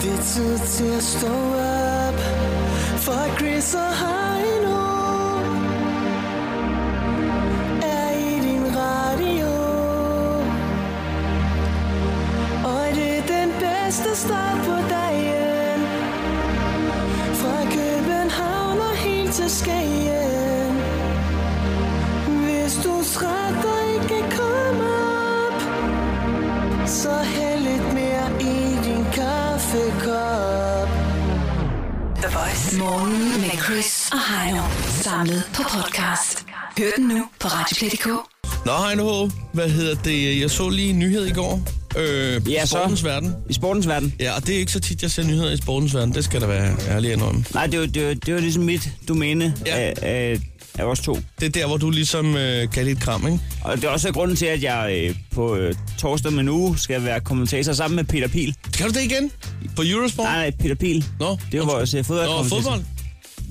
自己 stå op For Chris og Heino Er i din radio Og det er den bedste start på dagen Fra København og helt til Skagen Hvis du strætter ikke kan komme op Så hæld lidt mere i din kaffekop The Voice. Morgen med Chris og Heino. Samlet på podcast. Hør den nu på Radioplay.dk. Nå, hej nu. Hvad hedder det? Jeg så lige en nyhed i går. Øh, Ja, så. Sportens Verden. I sportens verden. Ja, og det er ikke så tit, jeg ser nyheder i Sportens Verden. Det skal der være ærlig indrømme. Nej, det var, det var, det var ligesom mit domæne Ja. ja. af, af, af os to. Det er der, hvor du ligesom øh, kan dit kram, ikke? Og det er også grunden til, at jeg øh, på øh, torsdag med nu skal være kommentator sammen med Peter Pil. Kan du det igen? På Eurosport? Nej, nej, Peter Pil. Nå, det var vores øh, Nå, fodboldkommentator. fodbold?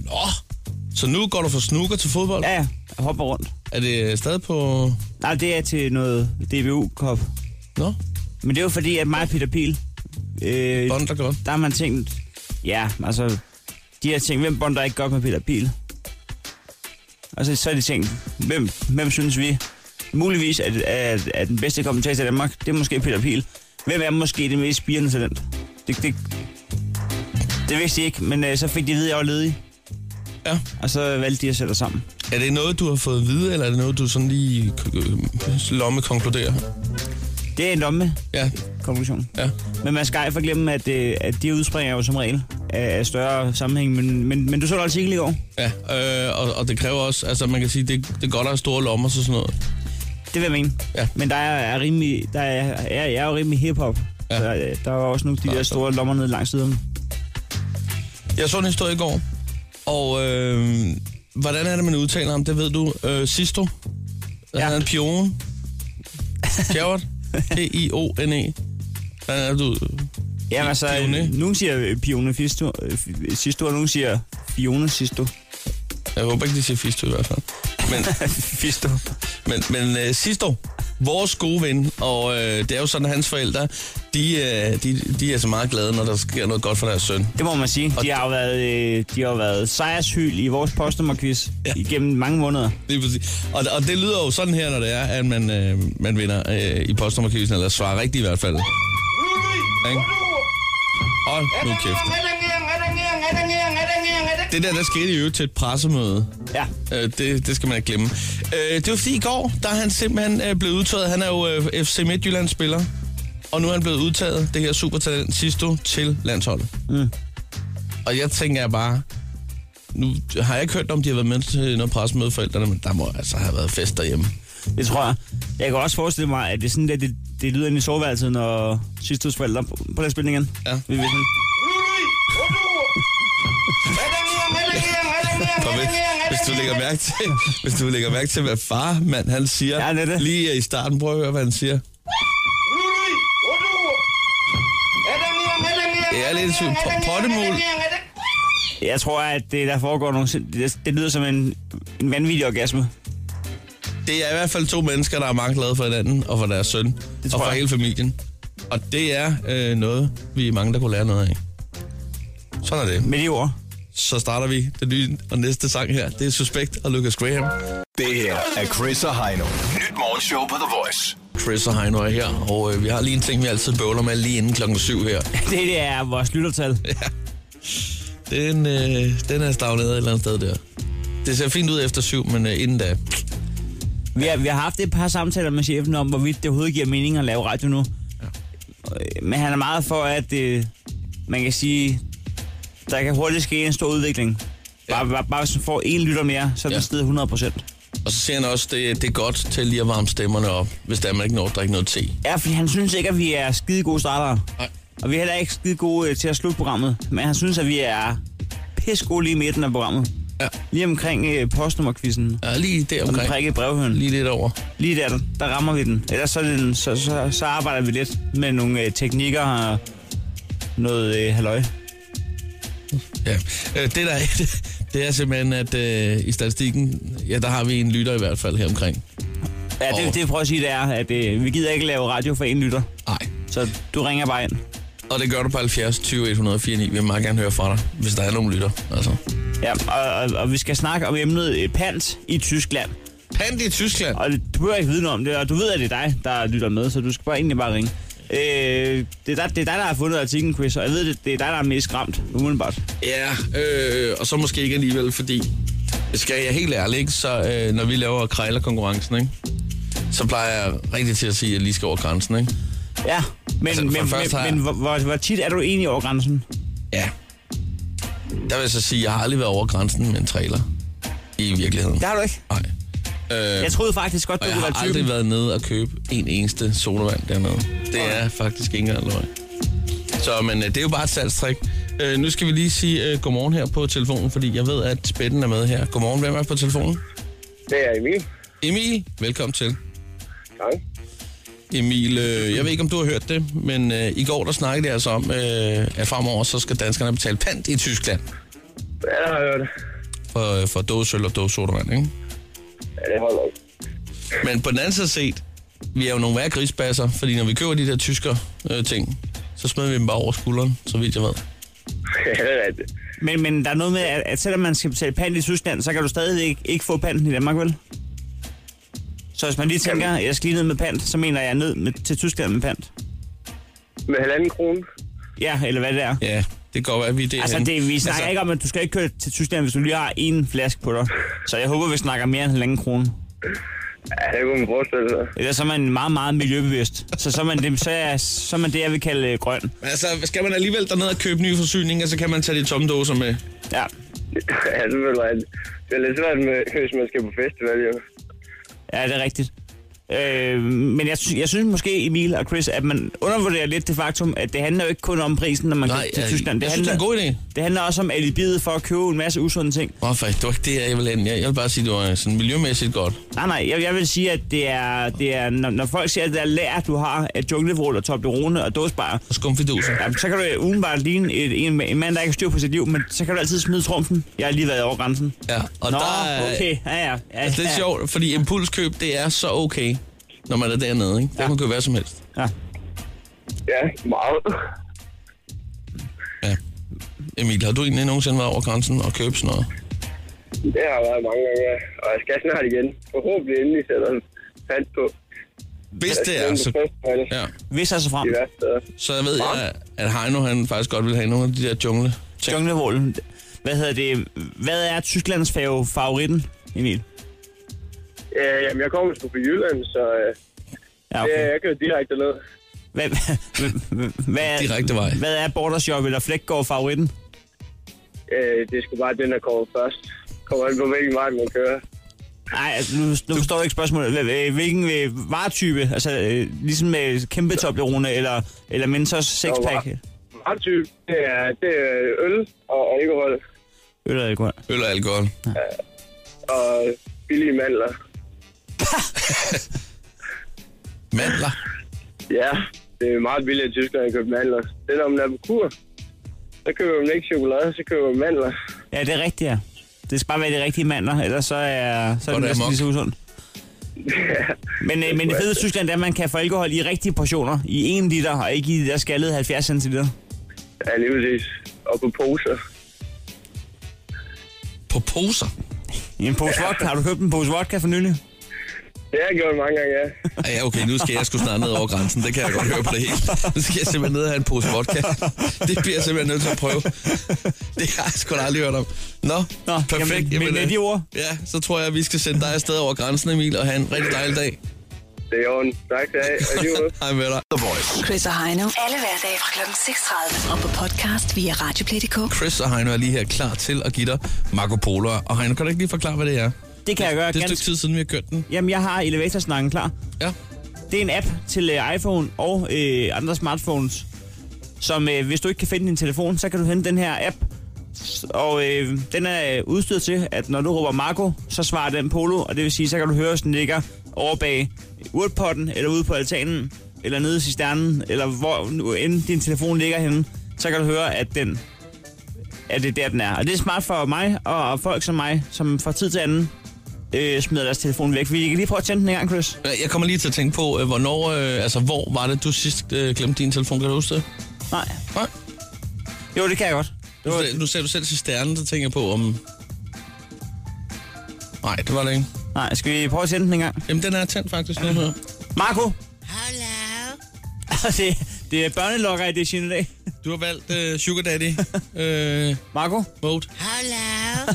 Nå, så nu går du fra snooker til fodbold? Ja, ja. Jeg hopper rundt. Er det stadig på... Nej, det er til noget DBU-kop. Nå, Men det er jo fordi, at mig og Peter Pil, øh, bonder godt. der har man tænkt, ja, altså, de har tænkt, hvem bonder ikke godt med Peter Pil? Og så, så har de tænkt, hvem, hvem synes vi muligvis er, er, er den bedste kommentator i Danmark? Det er måske Peter Pil. Hvem er måske det mest spirende talent? Det, det, det vidste de ikke, men øh, så fik de at vide, at jeg var ledig. Ja. Og så valgte de at sætte os sammen. Er det noget, du har fået at vide, eller er det noget, du sådan lige øh, lomme konkluderer? Det er en domme Ja, konklusion. ja. Men man skal ikke forglemme, at, øh, at de udspringer jo som regel af, af større sammenhæng. Men, men, men du så det artikel i går? Ja, øh, og, og det kræver også, altså man kan sige, det, det er godt at have store lommer og sådan noget. Det vil jeg mene. Ja. Men der er, er rimelig, der er, er, jeg er jo rimelig hiphop. Ja. Ja. Så, øh, der er også nogle af de der store lommer nede langs siden. Jeg så en historie i går, og øh, hvordan er det, man udtaler ham, det ved du. Øh, Sisto, ja. Ja. han er en pion. Gerard, P-I-O-N-E. Hvordan er det, E. du... Jamen altså, Pione. øh, nogen siger øh, Pione Fisto, øh, f- Sisto, og nogen siger Fione Sisto. Jeg håber ikke, de siger Fisto i hvert fald. Men, Fisto. Men, men øh, sidste år, vores gode ven, og øh, det er jo sådan, at hans forældre, de, øh, de, de er så meget glade, når der sker noget godt for deres søn. Det må man sige. Og De har jo været, øh, de har jo været sejrshyl i vores postnummerquiz Ja. ja. igennem mange måneder. Lige præcis. Og, og det lyder jo sådan her, når det er, at man, øh, man vinder øh, i postnummerkivisen, eller svarer rigtigt i hvert fald. Ikke? Hold nu kæft. Det der, der skete i øvrigt til et pressemøde, Ja. øh, det, det skal man ikke glemme. Øh, det var fordi i går, der er han simpelthen øh, blevet udtaget. Han er jo øh, FC Midtjylland-spiller, og nu er han blevet udtaget, det her supertalent, Sisto, til landsholdet. Mm. Og jeg tænker bare, nu har jeg ikke hørt om, de har været med til noget pressemøde forældrene, men der må altså have været fest derhjemme. Det tror jeg. Jeg kan også forestille mig, at det er sådan, at det, det lyder inde i soveværelset, når Sistos forældre... Prøv lige at spille den igen. Ja. Vi vil sådan. Og hvis, hvis, du lægger mærke til, hvis du lægger mærke til, hvad far, mand, han siger, Ja, det er det. lige i starten, prøv at høre, hvad han siger. Det er lidt sygt. Po- Pottemul. Jeg tror, at det, der foregår nogle... sind- Det, det lyder som en, en vanvittig orgasme. Det er i hvert fald to mennesker, der er meget glade for hinanden, og for deres søn, og tror for jeg. hele familien. Og det er øh, noget, vi er mange, der kunne lære noget af. Sådan er det. Med de ord. Så starter vi den nye og næste sang her. Det er Suspekt og Lucas Graham. Det her er Chris og Heino. Nyt morgenshow på The Voice. Chris og Heino er her, og øh, vi har lige en ting, vi altid bøvler med lige inden klokken 7 her. Det, det er vores lyttertal. Den, øh, den er stagneret et eller andet sted der. Det ser fint ud efter 7, men øh, inden da. Vi har, vi har haft et par samtaler med chefen om, hvorvidt det overhovedet giver mening at lave radio nu. Øh, Men han er meget for, at øh, man kan sige, der kan hurtigt ske en stor udvikling. Bare, bare, bare hvis man får en lytter mere, så er det Ja. ja. stedet 100 procent. Og så siger han også, det, det er godt til lige at varme stemmerne op, hvis der man ikke når at drikke noget te. Ja, fordi han synes ikke, at vi er skide gode startere. Nej. Og vi er heller ikke skide gode øh, til at slutte programmet. Men han synes, at vi er pisse gode lige i midten af programmet. Ja. Lige omkring øh, postnummerquizzen. Ja, lige Og den deromkring. prikkede brevhøn. Lige lidt over. Lige der, der rammer vi den. Ellers så, er det den, så, så, så arbejder vi lidt med nogle øh, teknikker og noget øh, halløj. Ja. Øh, det der er, det er simpelthen, at øh, i statistikken, ja, der har vi en lytter i hvert fald her omkring. Ja, Åh. det, det jeg prøver at sige, det er, at øh, vi gider ikke lave radio for en lytter. Nej. Så du ringer bare ind. Og det gør du på 70 20 149. Vi vil meget gerne høre fra dig, hvis der er nogen lytter. Altså. Ja, og, og, og vi skal snakke om emnet øh, pant i Tyskland. Pant i Tyskland. Og det- du behøver ikke vide noget om det, og du ved, at det er dig, der lytter med, så du skal bare egentlig bare ringe. Øh, det, er dig, det er dig, der har fundet artiklen, Chris, og jeg ved, det, det er dig, der er mest ramt, umiddelbart. Ja, øh, og så måske ikke alligevel, fordi skal jeg helt ærlig, ikke? så øh, når vi laver krejlerkonkurrencen, ikke? så plejer jeg rigtig til at sige, at jeg lige skal over grænsen. Ikke? Ja, men, Altså, altså, for men, det første har men, jeg- men hvor, hvor, hvor tit er du egentlig over grænsen? Ja. Der vil jeg så sige, at jeg har aldrig været over grænsen med en trailer. I virkeligheden. Det har du ikke. Nej. Øh, Jeg troede faktisk godt, du og jeg kunne være har aldrig typen. været nede og købe en eneste sodavand dernede. Det er faktisk ikke engang løgn. Så, men øh, det er jo bare et salgstrik. Øh, nu skal vi lige sige øh, godmorgen her på telefonen, fordi jeg ved, at Spætten er med her. Godmorgen, hvem er på telefonen? Det er Emil. Emil, velkommen til. Tak. Emil, øh, jeg ved ikke, om du har hørt det, men øh, i går der snakkede jeg altså om, øh, at fremover så skal danskerne betale pant i Tyskland Ja, jeg har hørt det. for, øh, for dåsøl og dåsodavand, ikke? Ja, det holder ikke. Men på den anden side set, vi er jo nogle værre grisbasser, fordi når vi køber de der tysker øh, ting, så smider vi dem bare over skulderen, så vidt jeg ved. Ja, det er rigtigt. Men, men der er noget med, at, at selvom man skal betale pant i Tyskland, så kan du stadig ikke, ikke få panten i Danmark, vel? Så hvis man lige tænker, at jeg skal lige ned med pant, så mener jeg, jeg er ned med, til Tyskland med pant. Med halvanden krone. Ja, eller hvad det er. Ja, det går godt være, at vi er derhen. Altså, det, vi snakker altså, ikke om, at du skal ikke køre til Tyskland, hvis du lige har én flaske på dig. Så jeg håber, vi snakker mere end halvanden krone. Ja, det kunne man forestille sig. Ellers så er man meget, meget miljøbevidst. Så, så, er man det, så, er, så er man det, jeg vil kalde øh, grøn. Altså, skal man alligevel derned og købe nye forsyninger, så kan man tage de tomme dåser med. Ja. Ja, det er rigtigt. Det er lidt svært, med, hvis man skal på festival, jo. Ja, det er rigtigt. Øh, men jeg, sy- jeg synes måske, Emil og Chris, at man undervurderer lidt det faktum, at det handler jo ikke kun om prisen, når man Nej, kan til jeg- Tyskland. jeg synes, handler, det er en god idé. Det handler også om alibiet for at købe en masse usunde ting. Åh, oh, for det var ikke det, jeg ville hen. Jeg, jeg vil bare sige, det var øh, sådan miljømæssigt godt. Nej, nej, jeg, jeg vil sige, at det er, det er når, når folk siger, at det er lær, du har af junglevrål og Toblerone og dåsbarer, Og skumfiduser. ja, så kan du umiddelbart ligne et, en, en mand, der ikke har styr på sit liv, men så kan du altid smide trumfen. Jeg har lige været over grænsen. Ja, og Nå, der er, okay. Ja, ja, ja, Altså, det er ja. sjovt, fordi impulskøb, det er så okay, når man er dernede, ikke? Det ja. Ja. kan man købe hvad som helst. Ja. Ja, meget. Ja. Emil, har du egentlig nogensinde været over grænsen og købt sådan noget? Det har været mange gange, ja. Og jeg skal snart igen. Forhåbentlig endelig sætter den fat på. Hvis det er, så... Ja. Ja. Hvis jeg så frem. De værste steder. Så jeg ved, jeg, at Heino, han faktisk godt vil have nogle af de der jungle ting. Junglevålen. Hvad hedder det? Hvad er Tysklands fave favoritten, Emil? Øh, jamen, jeg kommer sgu fra Jylland, så øh, Ja, okay. okay. jeg kører direkte ned. Hvad, hvad, er- Direkte vej. Hvad er Bordershop eller Flækgaard favoritten? Øh, det er sgu bare den, der kommer først. Kommer an på, hvilken vej man kører. Nej, altså, nu, nu forstår jeg ikke spørgsmålet. Hvad- øh, Hvilken øh, varetype? Altså, øh, ligesom med kæmpe Toblerone eller, eller Mentos sixpack? Nå, Meget typ, det er, det er øl og alkohol Øl er ikke godt. Øl og alkohol. og billige mandler. Mandler. Ja, det er meget billigt i Tyskland at købe mandler. Det er, når man er på kur. Så køber man ikke chokolade, så køber man mandler. Ja, det er rigtigt, ja. Det skal bare være de rigtige mandler, ellers så er, så er det det næsten amok. lige så usundt. Men, øh, men det fede i Tyskland er, at man kan få alkohol i rigtige portioner, i 1 liter, og ikke i de der skaldede 70 centiliter. Ja, lige præcis. Og på poser. På poser. I en pose vodka. Har du købt en pose vodka for nylig? Det har jeg gjort mange gange, ja. Ej, Ja, okay, nu skal jeg sgu snart ned over grænsen. Det kan jeg godt høre på det hele. Nu skal jeg simpelthen ned og have en pose vodka. Det bliver jeg simpelthen nødt til at prøve. Det har jeg sgu da aldrig hørt om. Nå, Nå, Nå perfekt. jamen, men med øh, de ord. Ja, så tror jeg, at vi skal sende dig afsted over grænsen, Emil, og have en rigtig dejlig dag. Det er ordentligt. Tak, det er jeg. Hej med dig. The Voice. Chris og Heino. Alle hverdage fra kl. 6.30. Og på podcast via Radioplay.dk. Chris og Heino er lige her klar til at give dig Marco Polo. Og Heino, kan du ikke lige forklare, hvad det er? Det kan jeg gøre Det er et stykke ganske... tid siden, vi har kørt den. Jamen, jeg har elevatorsnakken klar. Ja. Det er en app til øh, iPhone og øh, andre smartphones, som øh, hvis du ikke kan finde din telefon, så kan du hente den her app. S- Og øh, den er øh, udstyret til, at når du råber Marco, så svarer den Polo, og det vil sige, så kan du høre, hvis den ligger over bag urtpotten, eller ude på altanen, eller nede i cisternen, eller hvor nu end din telefon ligger henne, så kan du høre, at den at det er der, den er. Og det er smart for mig og folk som mig, som fra tid til anden øh, smider deres telefon væk. Vi kan lige prøve at tænde den en gang, Chris. Jeg kommer lige til at tænke på, øh, hvornår, øh, altså, hvor var det, du sidst øh, glemte din telefon? Kan du huske det? Nej. Nej. Jo, det kan jeg godt. Det Nu, var, sagde- nu sagde du selv til stjernen, så tænker jeg på om... Nej, det var det ikke. nej, skal vi prøve at sende den en gang? Jamen, den er tændt faktisk nu her. Marco, Altså, Hello. det, det er børnelokker i det sin i dag. Du har valgt uh, Sugar Daddy uh, Marco? mode. Hello.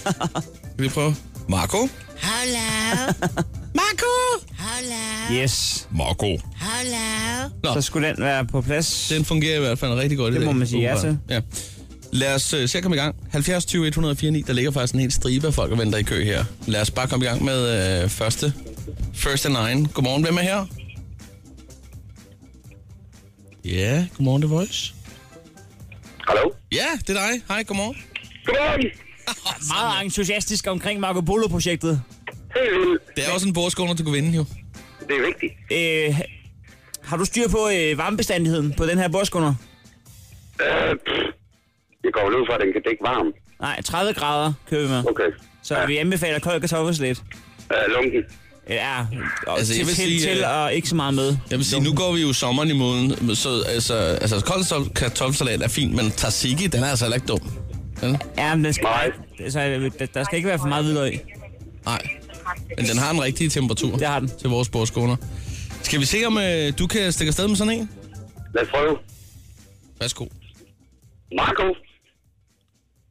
Skal vi prøve? Marco? Hello. Marco! Hello. Yes. Marco. Hello. Så skulle den være på plads. Den fungerer i hvert fald rigtig godt i Det må dag, man sige ja åbenbart. Ja. Lad os uh, se at komme i gang. 70 20 104 9, der ligger faktisk en hel stribe af folk og venter i kø her. Lad os bare komme i gang med uh, første. First and Nine. Godmorgen, hvem er her? Ja, godmorgen, The Voice. Hallo? Ja, det er dig. Hej, godmorgen. Godmorgen! Meget entusiastisk omkring Marco Polo-projektet. Helt vildt. Det er også en bordskåner, du kan vinde, jo. Det er vigtigt. Øh, har du styr på øh, varmebestandigheden på den her bordskunder? Øh, pff. jeg går vel ud fra, at den kan dække varm. Nej, 30 grader kører vi med. Okay. Så vi anbefaler kold kartoffelslæt. Øh, lunken. Ja, og Altså, altså, jeg til, vil til, sige, til øh, og ikke så meget med. Jeg vil sige, nu går vi jo sommeren i moden, så altså, altså kold sol- kartoffelsalat er fint, men tzatziki, den er altså heller ikke dum. Den, Ja, men den skal, Nej. altså, der, der skal ikke være for meget hvidløg. i. nej, men den har den rigtige temperatur Det har den. til vores bordskåner. Skal vi se, om øh, du kan stikke afsted med sådan en? Lad os prøve. Værsgo. Marco!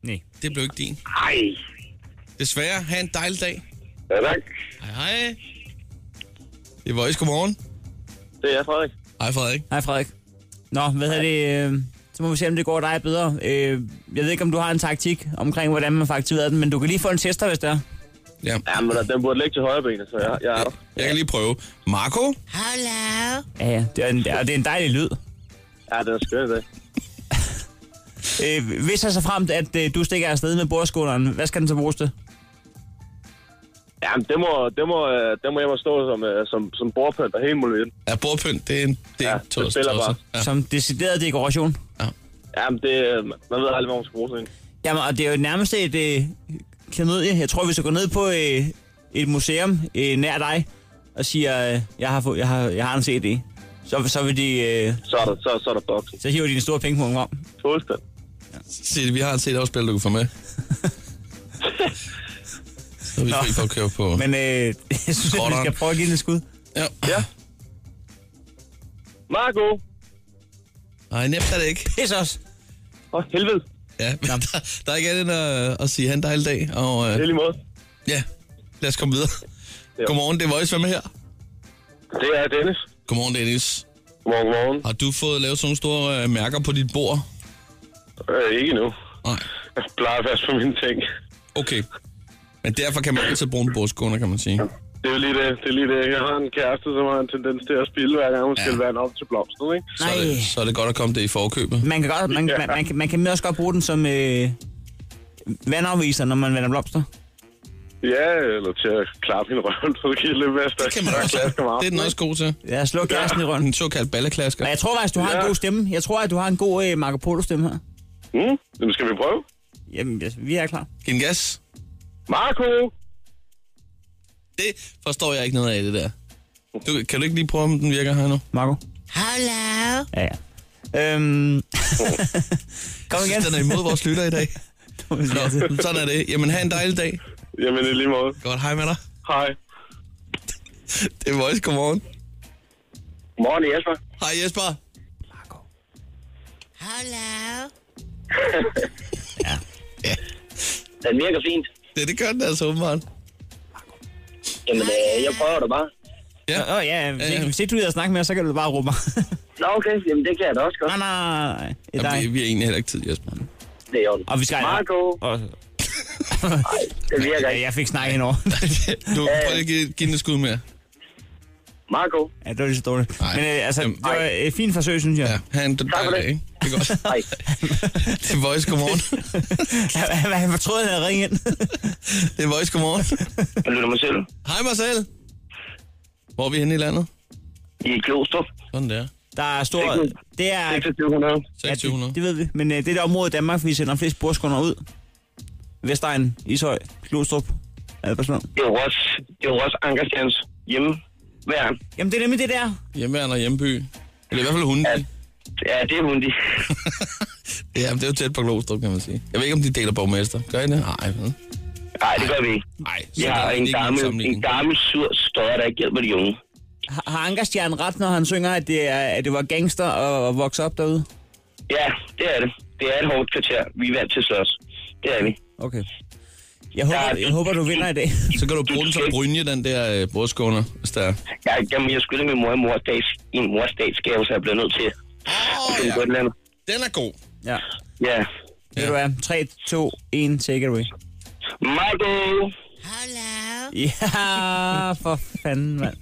Nej. Det blev ikke din. Ej. Desværre, have en dejlig dag. Ja, tak. Hej hej. Det er Voice, godmorgen. Det er jeg, Frederik. Hej Frederik. Hej, Frederik. Nå, hvad hedder det? Øh, så må vi se, om det går dig bedre. Øh, jeg ved ikke, om du har en taktik omkring, hvordan man får aktiveret den, men du kan lige få en tester, hvis der er. Ja. Jamen, den burde ligge til højre benet, så jeg, jeg er der. Jeg kan lige prøve. Marco? Hello. Ja, ja. Det er en, og det er en dejlig lyd. Ja, den er skøn i dag. Øh, hvis jeg så fremt, at øh, du stikker afsted med bordskåleren, hvad skal den så bruges til? Jamen, det må, det må, øh, det må jeg må stå som, øh, som, som bordpønt og hele muligheden. Ja, bordpynt, det er en... Det er Ja, en det tos- spiller tosser. bare. Ja. Som decideret dekoration? Jamen, det, øh, man ved aldrig, hvor man skal bruge sådan en. Jamen, og det er jo nærmest et øh, klamydia. Jeg tror, hvis du går ned på øh, et museum øh, nær dig og siger, øh, jeg, har fået, jeg, har, jeg har en CD, så, så, vil de, øh, Så er der, så, så er der boksen. så hiver de en stor pengepunkt om. Fuldstændig. Se, vi har et CD-afspil, du kan få med. Så er vi Nå. fri for at køre på. Men øh, jeg synes, at vi Skrotteren. skal prøve at give den et skud. Ja. Ja. Marco! Nej, nemt er det ikke. Pis os. For helvede. Ja, men der, der er ikke andet end at, at sige, han dejlig dag. Og Det er øh, lige måde. ja, lad os komme videre. Ja. Godmorgen, det er Voice. Hvem er her? Det er Dennis. Godmorgen, Dennis. Godmorgen, godmorgen. Har du fået lavet sådan nogle store øh, mærker på dit bord? Øh, ikke nu. Nej. Jeg plejer at passe på mine ting. Okay. Men derfor kan man altid bruge en bordskåner, kan man sige. Det er jo lige det. Det er lige det. Jeg har en kæreste, som har en tendens til at spille hver gang, hun skal vand op til blomsten, ikke? Så er, Nej. det, så er det godt at komme det i forkøbet. Man kan, godt, man, Ja. man, man, kan- man kan også godt bruge den som øh, vandafviser, når man vander blomster. Ja, eller til at klappe hende røven, så det giver lidt mere stærk. Det kan man også. Det er den også god til. Jeg slår kæresten i røven. En såkaldt balleklasker. Og jeg tror faktisk, du har en Ja. god stemme. Jeg tror, at du har en god øh, Marco Polo-stemme her. Mm, jamen, skal vi prøve? Jamen, jeg- vi er klar. Giv en gas. Marco! Det forstår jeg ikke noget af, det der. Du, kan du ikke lige prøve, om den virker her nu? Marco? Hello. Ja, ja. Øhm... Kom Jeg igen. synes, den er imod vores lytter i dag. Nå, sådan er det. Jamen, have en dejlig dag. Jamen, i lige måde. Godt, hej med dig. Hej. Det er Voice, godmorgen. Godmorgen, Jesper. Hej Jesper. Hello. Den virker fint. Det, det gør den altså åbenbart. Jamen, øh, jeg prøver det bare. Åh, oh, ja, hvis Ja, ja. ikke, hvis ikke du gider at snakke med os, så kan du bare råbe mig. Nå, okay. Jamen, det kan jeg da også nej, godt. nej, nej. Det er Jamen, vi, dig. vi har egentlig heller ikke tid, Jesper. Det er ondt. Og vi skal... Marco, Og, det virker ja, ikke. jeg fik snakket henover. Du, prøv lige at give, give den et skud mere. Marco, ja, det var lige så dårligt. Nej. Men øh, altså, Jamen, det var et fint forsøg, synes jeg. Ja, have en dejlig for dag, det. ikke? Det er godt. hej. Det er Voice, godmorgen. Han, han fortrød, at han havde ringet ind. Det er Voice, godmorgen. Jeg lytter mig selv. Hej Marcel. Hvor er vi henne i landet? I er Klostrup. Sådan der. Der er stor... Det er... 2600. Ja, det, 2600. det ved vi. Men øh, det er det område i Danmark, vi sender flest bordskunder ud. Vestegn, Ishøj, Klostrup, Albertslund. Det er jo også, det er jo også Ankerstjens hjemme. Hver. Jamen, det er nemlig det der. Hjemmeværende og hjemby. Eller i hvert fald hunden. Ja, det er Mundi. Ja, men det er jo tæt på Glostrup, kan man sige. Jeg ved ikke, om de deler borgmester. Gør I det? Nej, vel? Nej, det gør vi ikke. Nej. Vi har en gammel, en gammel sur støjer, der ikke hjælper de unge. Har- Har Ankerstjernen ret, når han synger, at det, er, at det var gangster at, at vokse op derude? Ja, det er det. Det er et hårdt kvarter. Vi er vant til at slås. Det er vi. Okay. Jeg håber, jeg håber du vinder i dag. Så kan du bruge den som brynje, den der øh, brudskåner, hvis der er. Jeg, jamen, jeg skylder min mor i morsdags, i en morsdagsgave, så jeg bliver nødt til at Åh, finde på et eller andet. Den er god. Ja. Ja. Ved du hvad? 3, 2, 1, take it away. Marco! Hello. Ja, for fanden, mand.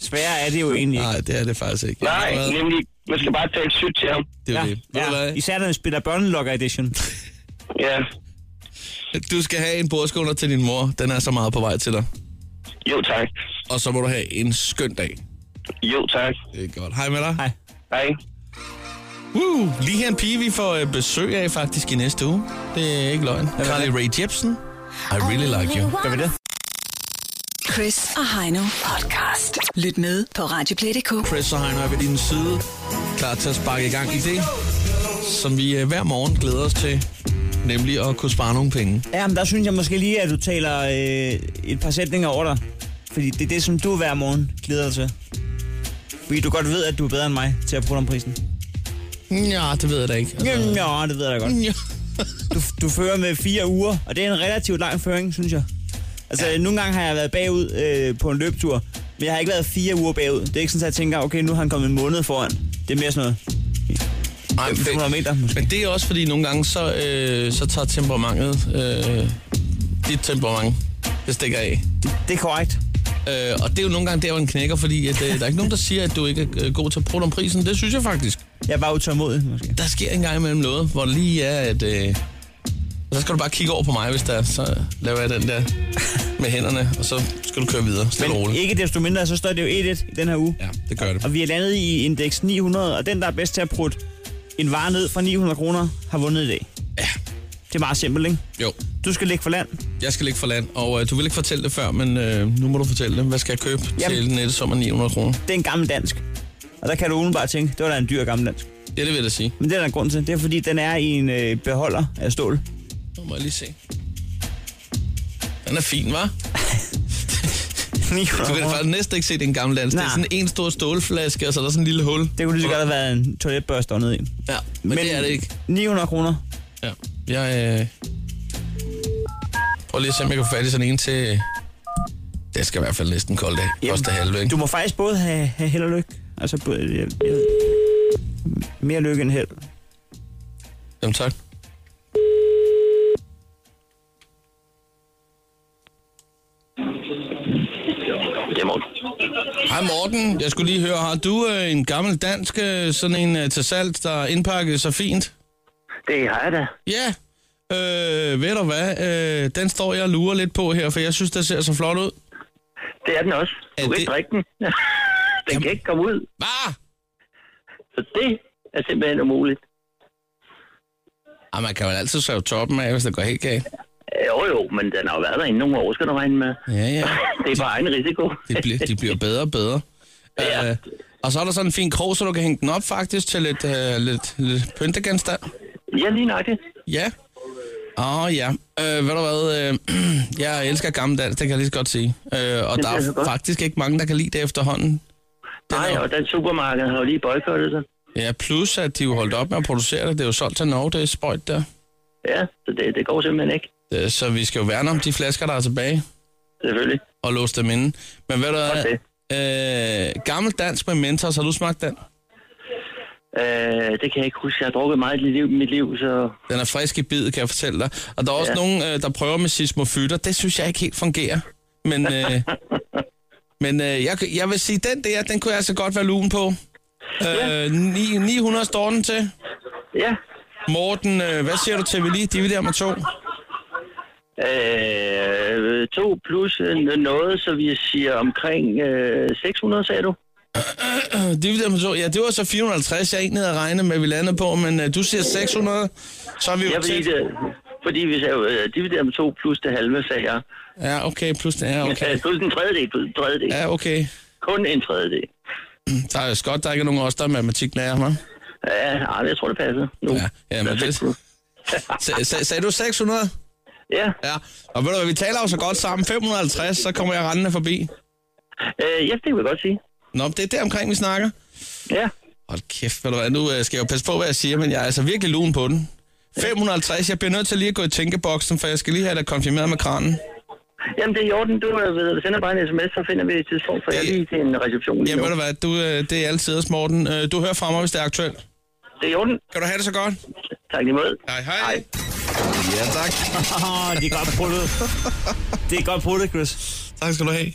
Sværere er det jo egentlig ikke. Nej, det er det faktisk ikke. Nej, Ved du hvad? nemlig, man skal bare tale sygt til ham. Det er jo Ja, det. Ved du ja. hvad? Især når vi spiller børnelokker edition. Ja. Du skal have en brudskåner til din mor. Den er så meget på vej til dig. Jo, tak. Og så må du have en skøn dag. Jo, tak. Det er godt. Hej med dig. Hej. Hej. Uh, lige her en pige, vi får øh, besøg af faktisk i næste uge. Det er ikke løgn. Carly Rae Jepsen. I really like you. Gør vi det? Chris og Heino podcast. Lyt med på Radioplay.dk. Chris og Heino er ved din side. Klar til at sparke i gang i det, som vi øh, hver morgen glæder os til. Nemlig at kunne spare nogle penge. Ja, men der synes jeg måske lige, at du taler øh, et par sætninger over dig. Fordi det er det, som du hver morgen glæder dig til. Fordi du godt ved, at du er bedre end mig til at bruge om prisen. Ja, det ved jeg da ikke. Altså, Ja, det ved jeg da godt. ja. Du, du fører med fire uger, og det er en relativt lang føring, synes jeg. Altså, ja. nogle gange har jeg været bagud øh, på en løbetur, men jeg har ikke været fire uger bagud. Det er ikke sådan, at jeg tænker, okay, nu har han kommet en måned foran. Det er mere sådan noget Ej, men 500 meter, måske. Men det er også fordi, nogle gange, så, øh, så tager temperamentet, øh, dit temperament, det stikker af. Det er korrekt. Øh, og det er jo nogle gange der, hvor en knækker, fordi at, øh, der er ikke nogen, der siger, at du ikke er øh, god til at prøve om prisen. Det synes jeg faktisk. Jeg er bare utålmodig, måske. Der sker en gang imellem noget, hvor det lige er, at... Øh, så skal du bare kigge over på mig, hvis der er, så laver jeg den der med hænderne, og så skal du køre videre, stille og Men roligt. ikke desto mindre, så står det jo 1-1 i den her uge. Ja, det gør det. Og vi er landet i indeks 900, og den, der er bedst til at prutte en vare ned fra 900 kroner, har vundet i dag. Ja, Det er meget simpelt, ikke? jo. Du skal ligge for land. Jeg skal ikke for land, og øh, du ville ikke fortælle det før, men øh, nu må du fortælle det. Hvad skal jeg købe Jamen. Jamen. til nettesummer 900 kroner? Det er en gammel dansk. Og der kan du umiddelbart tænke, det var da en dyr gammel dansk. Ja, det vil jeg da sige. Men det er der en grund til. Det er fordi, den er i en øh, beholder af stål. Nu må jeg lige se. Den er fin, var? 900 Du kan kroner. faktisk næsten ikke se, det er en gammel dans. Det er Nej. sådan en stor stålflaske, og så er der sådan en lille hul. Det kunne lige så godt have været en toiletbørste dernede i. Ja, men, men det er det ikke. 900 kroner. Ja. Jeg, øh... Prøv lige at se, om jeg kan få fat i sådan en til... Det skal i hvert fald næsten koldt af. Jamen, Også det halve, ikke? Du må faktisk både have, have held og lykke. Altså, både, jeg, jeg, mere lykke end held. Jamen, tak. Det er morgen. Hej Morten, jeg skulle lige høre, har du øh, en gammel dansk, øh, sådan en øh, til salt, der er indpakket så fint? Det har jeg da. Ja, øh, ved du hvad, øh, den står jeg og lurer lidt på her, for jeg synes, det ser så flot ud. Det er den også. Du Er kan det- ikke drikke den. den Jamen- kan ikke komme ud. Hvad? Så det er simpelthen umuligt. Ah, man kan jo altid sørge toppen af, hvis det går helt galt. Øh, Jo jo, men den har jo været derinde nogle år, skal du regne med. Ja, ja. Det er bare egen risiko. De, bliver, de bliver bedre og bedre. Ja. Øh, og så er der sådan en fin krog, så du kan hænge den op faktisk til lidt, øh, lidt, lidt pyntegenstand. Ja, lige nok det. Ja. Åh, oh, ja. Øh, ved du hvad? Øh, jeg elsker gammeldans, det kan jeg lige så godt sige. Øh, og Det der er så er godt. faktisk ikke mange, der kan lide det efterhånden. Den er Nej, jo- og den supermarked har jo lige boykottet sig. Ja, plus at de er jo holdt op med at producere det. Det er jo solgt til Norge, det er spøjt der. Ja, så det, det går simpelthen ikke. Øh, Så vi skal jo værne om de flasker, der er tilbage, Selvfølgelig. og låse dem inde. Men ved du hvad? Okay. Øh, gammeldans med Mentos, har du smagt den? Øh, det kan jeg ikke huske. Jeg har drukket meget i liv, mit liv, så... Den er frisk i bid, kan jeg fortælle dig. Og der er også ja. Ja. nogen, øh, der prøver med sismofytter. Det synes jeg ikke helt fungerer. Men, øh, men øh, jeg, jeg vil sige, den der, den kunne jeg altså godt være lun på. Øh, ni- 900 står den til. Ja. Morten, øh, hvad siger du til, at vi lige dividerer med to? Øh, to plus øh, noget, så vi siger omkring øh, 600, sagde du? Øh, Dividerer med to? Ja, det var så 450, jeg egentlig havde regnet med, at vi landede på. Men øh, du siger 600, så er vi jo Jeg tæt. ved det, fordi vi sagde, øh, dividerer med to plus det halve, sagde jeg. Ja, okay, plus ja, Okay. okay. Øh, plus en tredjedel, plus en tredjedel. Ja. Ja, okay. Kun en tredjedel. Der er jo godt, der ikke er nogen af os, der er matematiklærer, hva'? Ja, nej, jeg tror, det passer. Uh. Nu. Ja, ja, men det- Sa- sa- Sagde du 600? Ja, Ja. Og ved du hvad, vi taler jo så godt sammen. 550, så kommer jeg rendende forbi. øh, ja, det kan vi godt sige. Nå, det er der omkring, vi snakker. Ja, Hold kæft, ved du hvad, nu øh, skal jeg jo passe på, hvad jeg siger, men jeg er altså virkelig lun på den. 550, jeg bliver nødt til lige at gå i tænkeboksen, for jeg skal lige have det konfirmeret med kranen. jamen det er i orden. Du øh, ved, sender bare en sms, så finder vi et tidspunkt, for jeg er lige til en reception. lige Jamen nu. ved du hvad, du, øh, det er altid Morten. Øh, Du hører fra mig, hvis det er aktuelt. Det er i orden. Kan du have det så godt? Tak lige måde. Hej, hej. hej. Ja, tak. Åh, det er godt puttet. Det er godt puttet, Chris. Tak skal du have.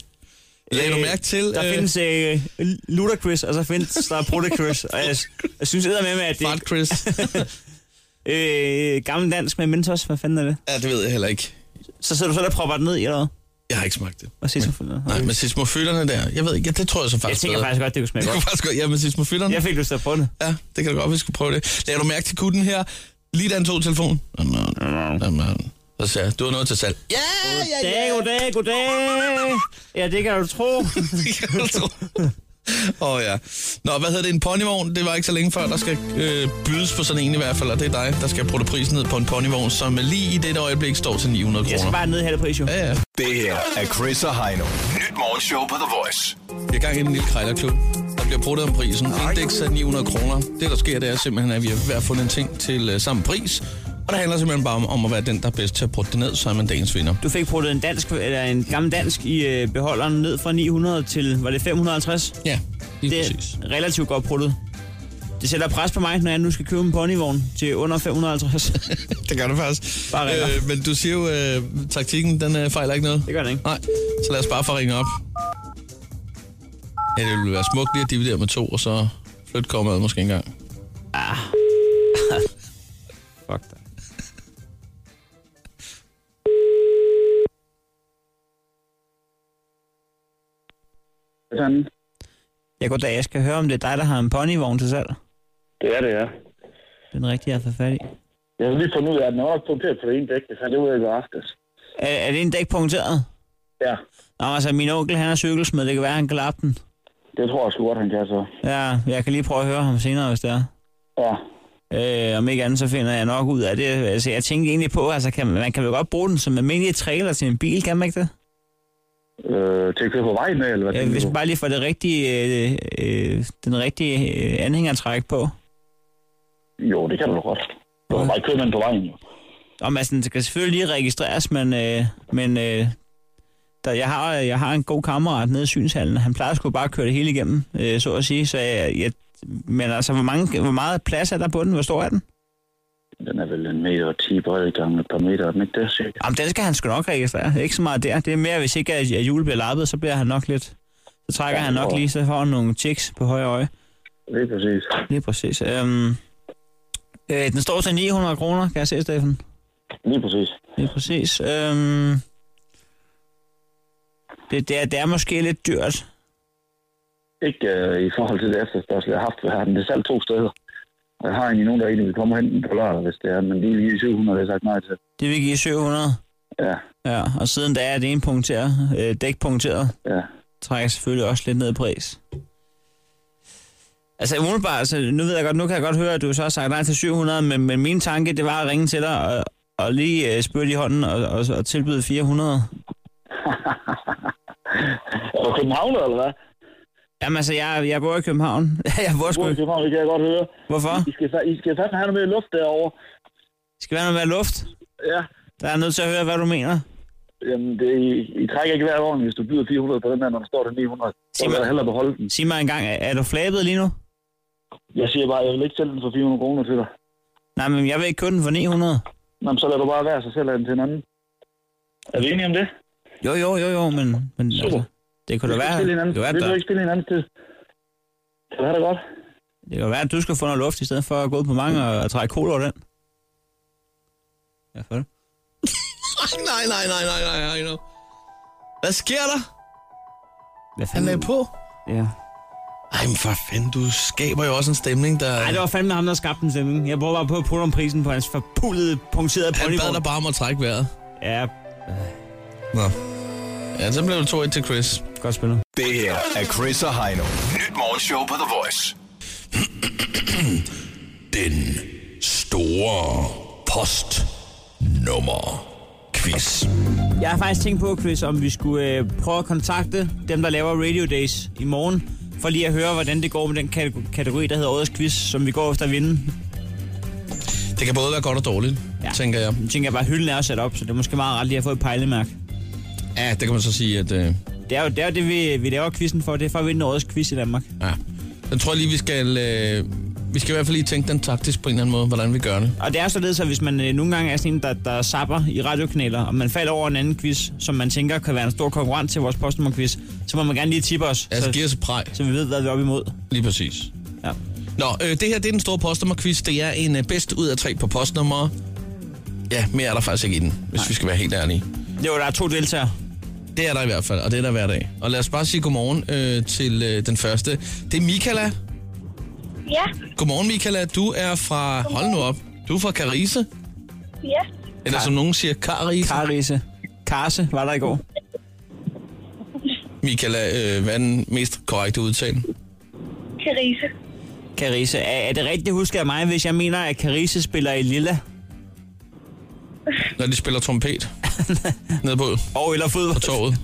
Lagde du mærke til, Der øh, findes øh, Ludacris, og så findes der Protacris. Og jeg, jeg synes eddermame, at det Fart Chris? er øh, gammel dansk med Mentos. Hvad fanden er det? ja, det ved jeg heller ikke. Så sidder du selv og propper den ned i eller hvad? Jeg har ikke smagt det. Og ses men, Nej, men sismofylderne der, jeg ved ikke, ja, det tror jeg så Jeg faktisk tænker bedre. faktisk godt, det kunne Det smage kunne godt. faktisk godt, ja, men sismofylderne. Jeg fik lyst til at prøve det. Ja, det kan da godt, vi skulle prøve det. Lad du mærke til kutten her. Lige da han tog telefonen. Så sagde jeg, du har noget til salg. Ja, ja, Goddag, goddag, goddag. Ja, det kan du tro. det kan du tro. Åh oh, ja. Nå, hvad hedder det? En ponyvogn? Det var ikke så længe før, der skal øh, bydes på sådan en i hvert fald, og det er dig, der skal putte prisen ned på en ponyvogn, som lige i dette øjeblik står til 900 Jeg skal kroner. bare ned her det på issue. Ja, ja. Det her er Chris og Heino. Nyt morgenshow på The Voice. Vi er i gang i den lille krejlerklub. Der bliver pruttet om prisen. Indeks er 900 kroner. Det, der sker, det er simpelthen, at vi har hver fundet en ting til øh, samme pris. Og det handler simpelthen bare om, om at være den, der er bedst til at prutte det ned, så er man dagens vinder. Du fik puttet en, dansk, eller en gammel dansk i øh, beholderen ned fra 900 til, var det 550? Ja, lige Det er præcis. relativt godt pruttet. Det sætter pres på mig, når jeg nu skal købe en ponyvogn til under 550. Det gør det faktisk. Bare ringer. men du siger jo, øh, taktikken, den øh, fejler ikke noget. Det gør den ikke. Nej, så lad os bare få ringe op. Ja, det ville være smukt lige at dividere med to, og så flytte kommet måske engang. Fuck dig. Sådan. Ja, goddag. Jeg skal høre, om det er dig, der har en ponyvogn til salg. Det er det, ja. Den rigtige, jeg har fået fat i. Jeg har lige fundet ud af, at den er nok punkteret på det ene dæk, så det var jeg i går aftes. Er, er det en dæk punkteret? Ja, Nå, altså, min onkel, han er cykelsmed. Det kan være, han kan lappe den. det tror jeg sgu godt, han kan så. Ja, jeg kan lige prøve at høre ham senere, hvis det er. Ja, Øh, om ikke andet, så finder jeg nok ud af det. Altså, jeg tænkte egentlig på, altså, kan, man kan vel godt bruge den som almindelig trailer til en bil, kan man ikke det? øh, til at køre på vejen med, eller hvad Ja, tænker hvis du? man bare lige får det rigtige, øh, øh, den rigtige øh, anhængertræk på. Jo, det kan du da godt. Du kan bare ikke køre med den på vejen, jo. Om altså, den skal selvfølgelig lige registreres, men, øh, men øh, der, jeg, har, jeg har en god kammerat nede i synshallen. Han plejer sgu bare at køre det hele igennem, øh, så at sige. Så jeg, jeg, men altså, hvor, mange, hvor meget plads er der på den? Hvor stor er den? Den er vel en meter og 10 bred gange et par meter, er den ikke det, cirka? Jamen, den skal han sgu nok registrere. Ikke så meget der. Det er mere, hvis ikke at, at jul bliver lappet, så bliver han nok lidt... Så trækker han nok lige, så får han nogle chicks på højre øje. Det er præcis. Lige præcis. Øhm, øh, den står til 900 kroner, kan jeg se, Steffen. Lige præcis. Lige præcis. Øhm, det, det, er, det er måske lidt dyrt. Ikke øh, i forhold til det efterspørgsel, jeg har haft ved her. Den er salg to steder. Og jeg har egentlig nogen, der egentlig vil komme og hente den på lørdag, hvis det er. Men lige lige 700, det har jeg sagt nej til. Det vil give 700. Ja, Ja, og siden da er det en punkteret, øh, dæk punkteret, ja. trækker selvfølgelig også lidt ned i pris. Altså umiddelbart, altså, nu ved jeg godt, nu kan jeg godt høre, at du så har sagt nej til 700, men, men min tanke, det var at ringe til dig og, og lige øh, spørge i hånden og, og, og tilbyde 400. Er du københavner, eller hvad? Jamen altså, jeg, jeg bor i København. jeg bor Du sgu er i ikke. København, det kan jeg godt høre. Hvorfor? I skal, fa- I skal fandme have noget mere luft derovre. Skal være noget mere luft? Ja, Der er nødt til at høre, hvad du mener. Jamen, det, I, I trækker ikke hver ordentligt, hvis du byder 400 på den her, når der står til 900. Så Sig vil mig- jeg hellere beholde den. Sig mig engang, er, er du flabet lige nu? Jeg siger bare, jeg vil ikke sælge den for 400 kroner til dig. Nej, men jeg vil ikke købe den for 900. Jamen, så lader du bare være, så sælger jeg den til en anden. Er vi enige om det? Jo, jo, jo, jo, men, men Super. altså, det kunne da Vi skal være, stille en det anden. kunne være, Vi vil der, ikke stille en anden tid. Kan du have det godt? det kunne være, at du skal få noget luft, i stedet for at gå ud på mange og, og trække kol over den. Ja, for det. Nej, nej, nej, nej, nej, nej, nej. Hvad sker der? Hvad Han lagde på. Ja. Ej, men for fanden, du skaber jo også en stemning, der... Ej, det var fandme ham, der skabte den stemning. Jeg prøver bare på at putte om prisen på hans forpullede, punkterede Han bad ponyvogn. dig bare om at trække vejret. Ja, Nå. Ja, så blev det 2-1 til Chris. godt spillet. Det her er Chris og Heino. Nyt morgenshow på The Voice. Den store postnummer quiz. Jeg har faktisk tænkt på, Chris, om vi skulle øh, prøve at kontakte dem, der laver Radio Days i morgen, for lige at høre, hvordan det går med den kate- kategori, der hedder Årets Quiz, som vi går efter at vinde. Det kan både være godt og dårligt, ja. tænker jeg. Nu tænker jeg bare, at hylden er sat op, så det er måske meget rart lige at få et pejlemærk. Ja, det kan man så sige, at... Øh... Det er jo det, er jo det vi, vi laver quizzen for. Det er for at vinde Årets Quiz i Danmark. Ja. Jeg tror lige, vi skal... Øh... Vi skal i hvert fald lige tænke den taktisk på en eller anden måde, hvordan vi gør det. Og det er således, at hvis man øh, nogle gange er sådan en, der, der sapper i radiokanaler, og man falder over en anden quiz, som man tænker kan være en stor konkurrent til vores postnummerquiz, så må man gerne lige tippe os. Ja, så giver os et præg. Så vi ved, hvad vi er oppe imod. Lige præcis. Ja. Nå, øh, det her det er den store postnummerquiz. Det er en øh, bedst ud af tre på postnummer. Ja, mere er der faktisk ikke i den, hvis Nej. vi skal være helt ærlige. Jo, der er to deltagere. Det er der i hvert fald, og det er der hver dag. Og lad os bare sige godmorgen øh, til øh, den første. Det er Michaela. Ja, Godmorgen, Michaela. Du er fra... Hold nu op. Du er fra Carise. ja. Eller som nogen siger, Carise. Carise. Karse var der i går. Michaela, øh, hvad er den mest korrekte udtale? Karise. Carise. Er, er det rigtigt husket af mig, hvis jeg mener, at Carise spiller i Lilla? Når de spiller trompet. Nede på... Og eller fodbold. På toget.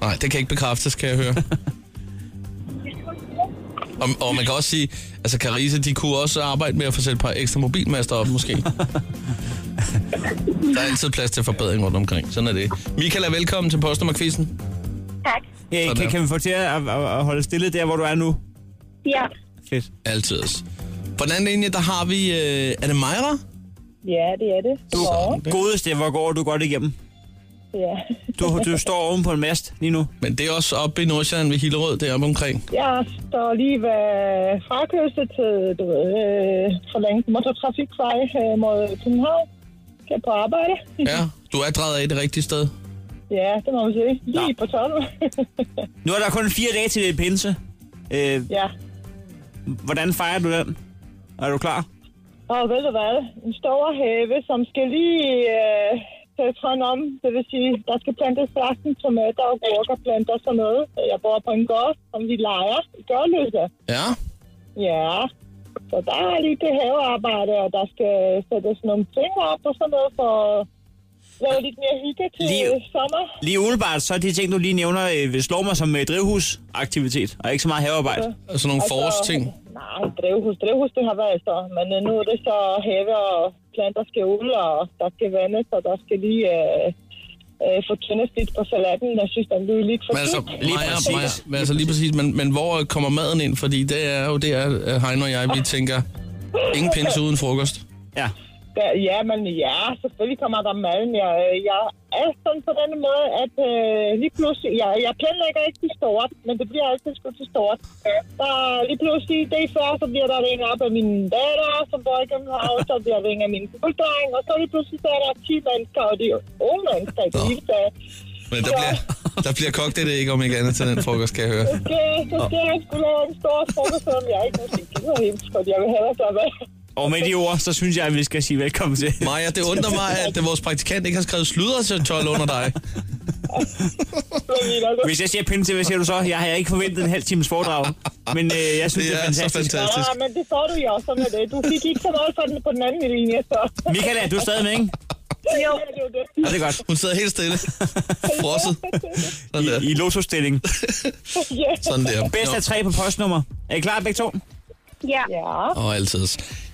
Nej, det kan ikke bekræftes, kan jeg høre. Og, og man kan også sige, altså Carise, de kunne også arbejde med at få sat et par ekstra mobilmaster op, måske. Der er altid plads til forbedring rundt omkring. Sådan er det. Michael er velkommen til postnummerquizzen. Tak. Ja, kan, Sådan. kan vi få til at, at, at holde stille der, hvor du er nu? Ja. Fedt. Altid. På den anden linje, der har vi... Øh, er det Majra? Ja, det er det. Du, godeste, hvor går du godt igennem? Ja. Du, du står oven på en mast lige nu. Men det er også oppe i Nordsjælland ved Hillerød, deroppe omkring. Jeg står lige ved frakørsel til, du ved, øh, forlænget motortrafikvej øh, mod København. Skal på arbejde. Ja, du er drejet af det rigtige sted. ja, det må man sige. Lige på toppen. Nu er der kun fire dage til det er pinse. Øh, ja. Hvordan fejrer du den? Er du klar? Og ved du hvad? En stor have, som skal lige øh, tages hånd om. Det vil sige, der skal plantes slagten, tomater og gurkerplanter og sådan noget. Jeg bor på en gård, som vi leger i Gørløse. Ja. Ja. Så der er lige det havearbejde, og der skal sættes nogle ting op og sådan noget for at lave lidt mere hygge til Lige- sommer. Lige umiddelbart, så er de ting, du lige nævner, øh, vil slå mig som øh, drivhusaktivitet, og ikke så meget havearbejde. Og sådan altså nogle forårsting. Altså, Nej, drivhus, drivhus, det har været så. Men øh, nu er det så have og planter skal ud, og der skal vandes, og der skal lige øh, øh, få tyndes lidt på salaten. Jeg synes, den blev lidt for Men altså, tyk. lige præcis. Maja, men altså lige præcis, men, men hvor kommer maden ind? Fordi det er jo det, er, at Heino og jeg, vi tænker, ingen pinse uden frokost. Ja. Ja, ja, men ja, selvfølgelig kommer der mad. men Jeg, øh, jeg er sådan på den måde, at øh, lige pludselig... Jeg, jeg planlægger ikke til stort, men det bliver altid sgu til stort. Der, er lige pludselig, det før, så bliver der ringet op af min datter, som bor i København, så bliver der ringet af min gulddreng, og så lige pludselig så er der 10 mennesker, og de er unge mennesker i det hele taget. Men der bliver, der bliver kogt det ikke, om ikke andet til den frokost, kan jeg høre. Så skal, så skal jeg skulle lave en stor frokost, som jeg ikke måske gider helt, fordi jeg vil hellere slappe af. Og med de ord, så synes jeg, at vi skal sige velkommen til. Maja, det undrer mig, at øh, vores praktikant ikke har skrevet sludder til 12 under dig. Hvis jeg siger pinse, hvad siger du så? Jeg har ikke forventet en halv times foredrag, men øh, jeg synes, det er, det er fantastisk. Ja, men det får du jo også med det. Du fik ikke så meget for den på den anden linje, så. Michaela, du er stadig med, ikke? Jo. Ja, det er jo det. Ja, det er godt. Hun sidder helt stille. Frosset. I, i lotusstilling. Ja. Sådan der. Bedst Nå. af tre på postnummer. Er I klar begge to? Ja. ja. Og altid.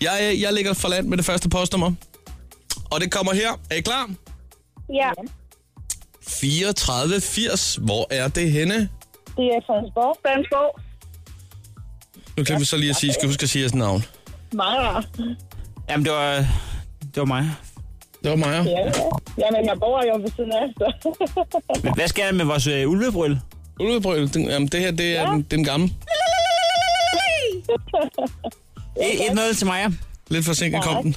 Jeg, øh, jeg ligger for land med det første postnummer. Og det kommer her. Er I klar? Ja. 3480. Hvor er det henne? Det er Fredensborg. Fredensborg. Nu glemte vi så lige at sige, skal huske at sige jeres navn. Meget rart. Jamen, det var, det var mig. Det var mig. Ja, ja. Jamen, jeg bor jo ved siden af, så. Hvad skal jeg med vores øh, ulvebryl? Ulvebryl, den, jamen det her, det er ja. den, det er den gamle. Et, et noget til mig. Lidt forsinket kom den.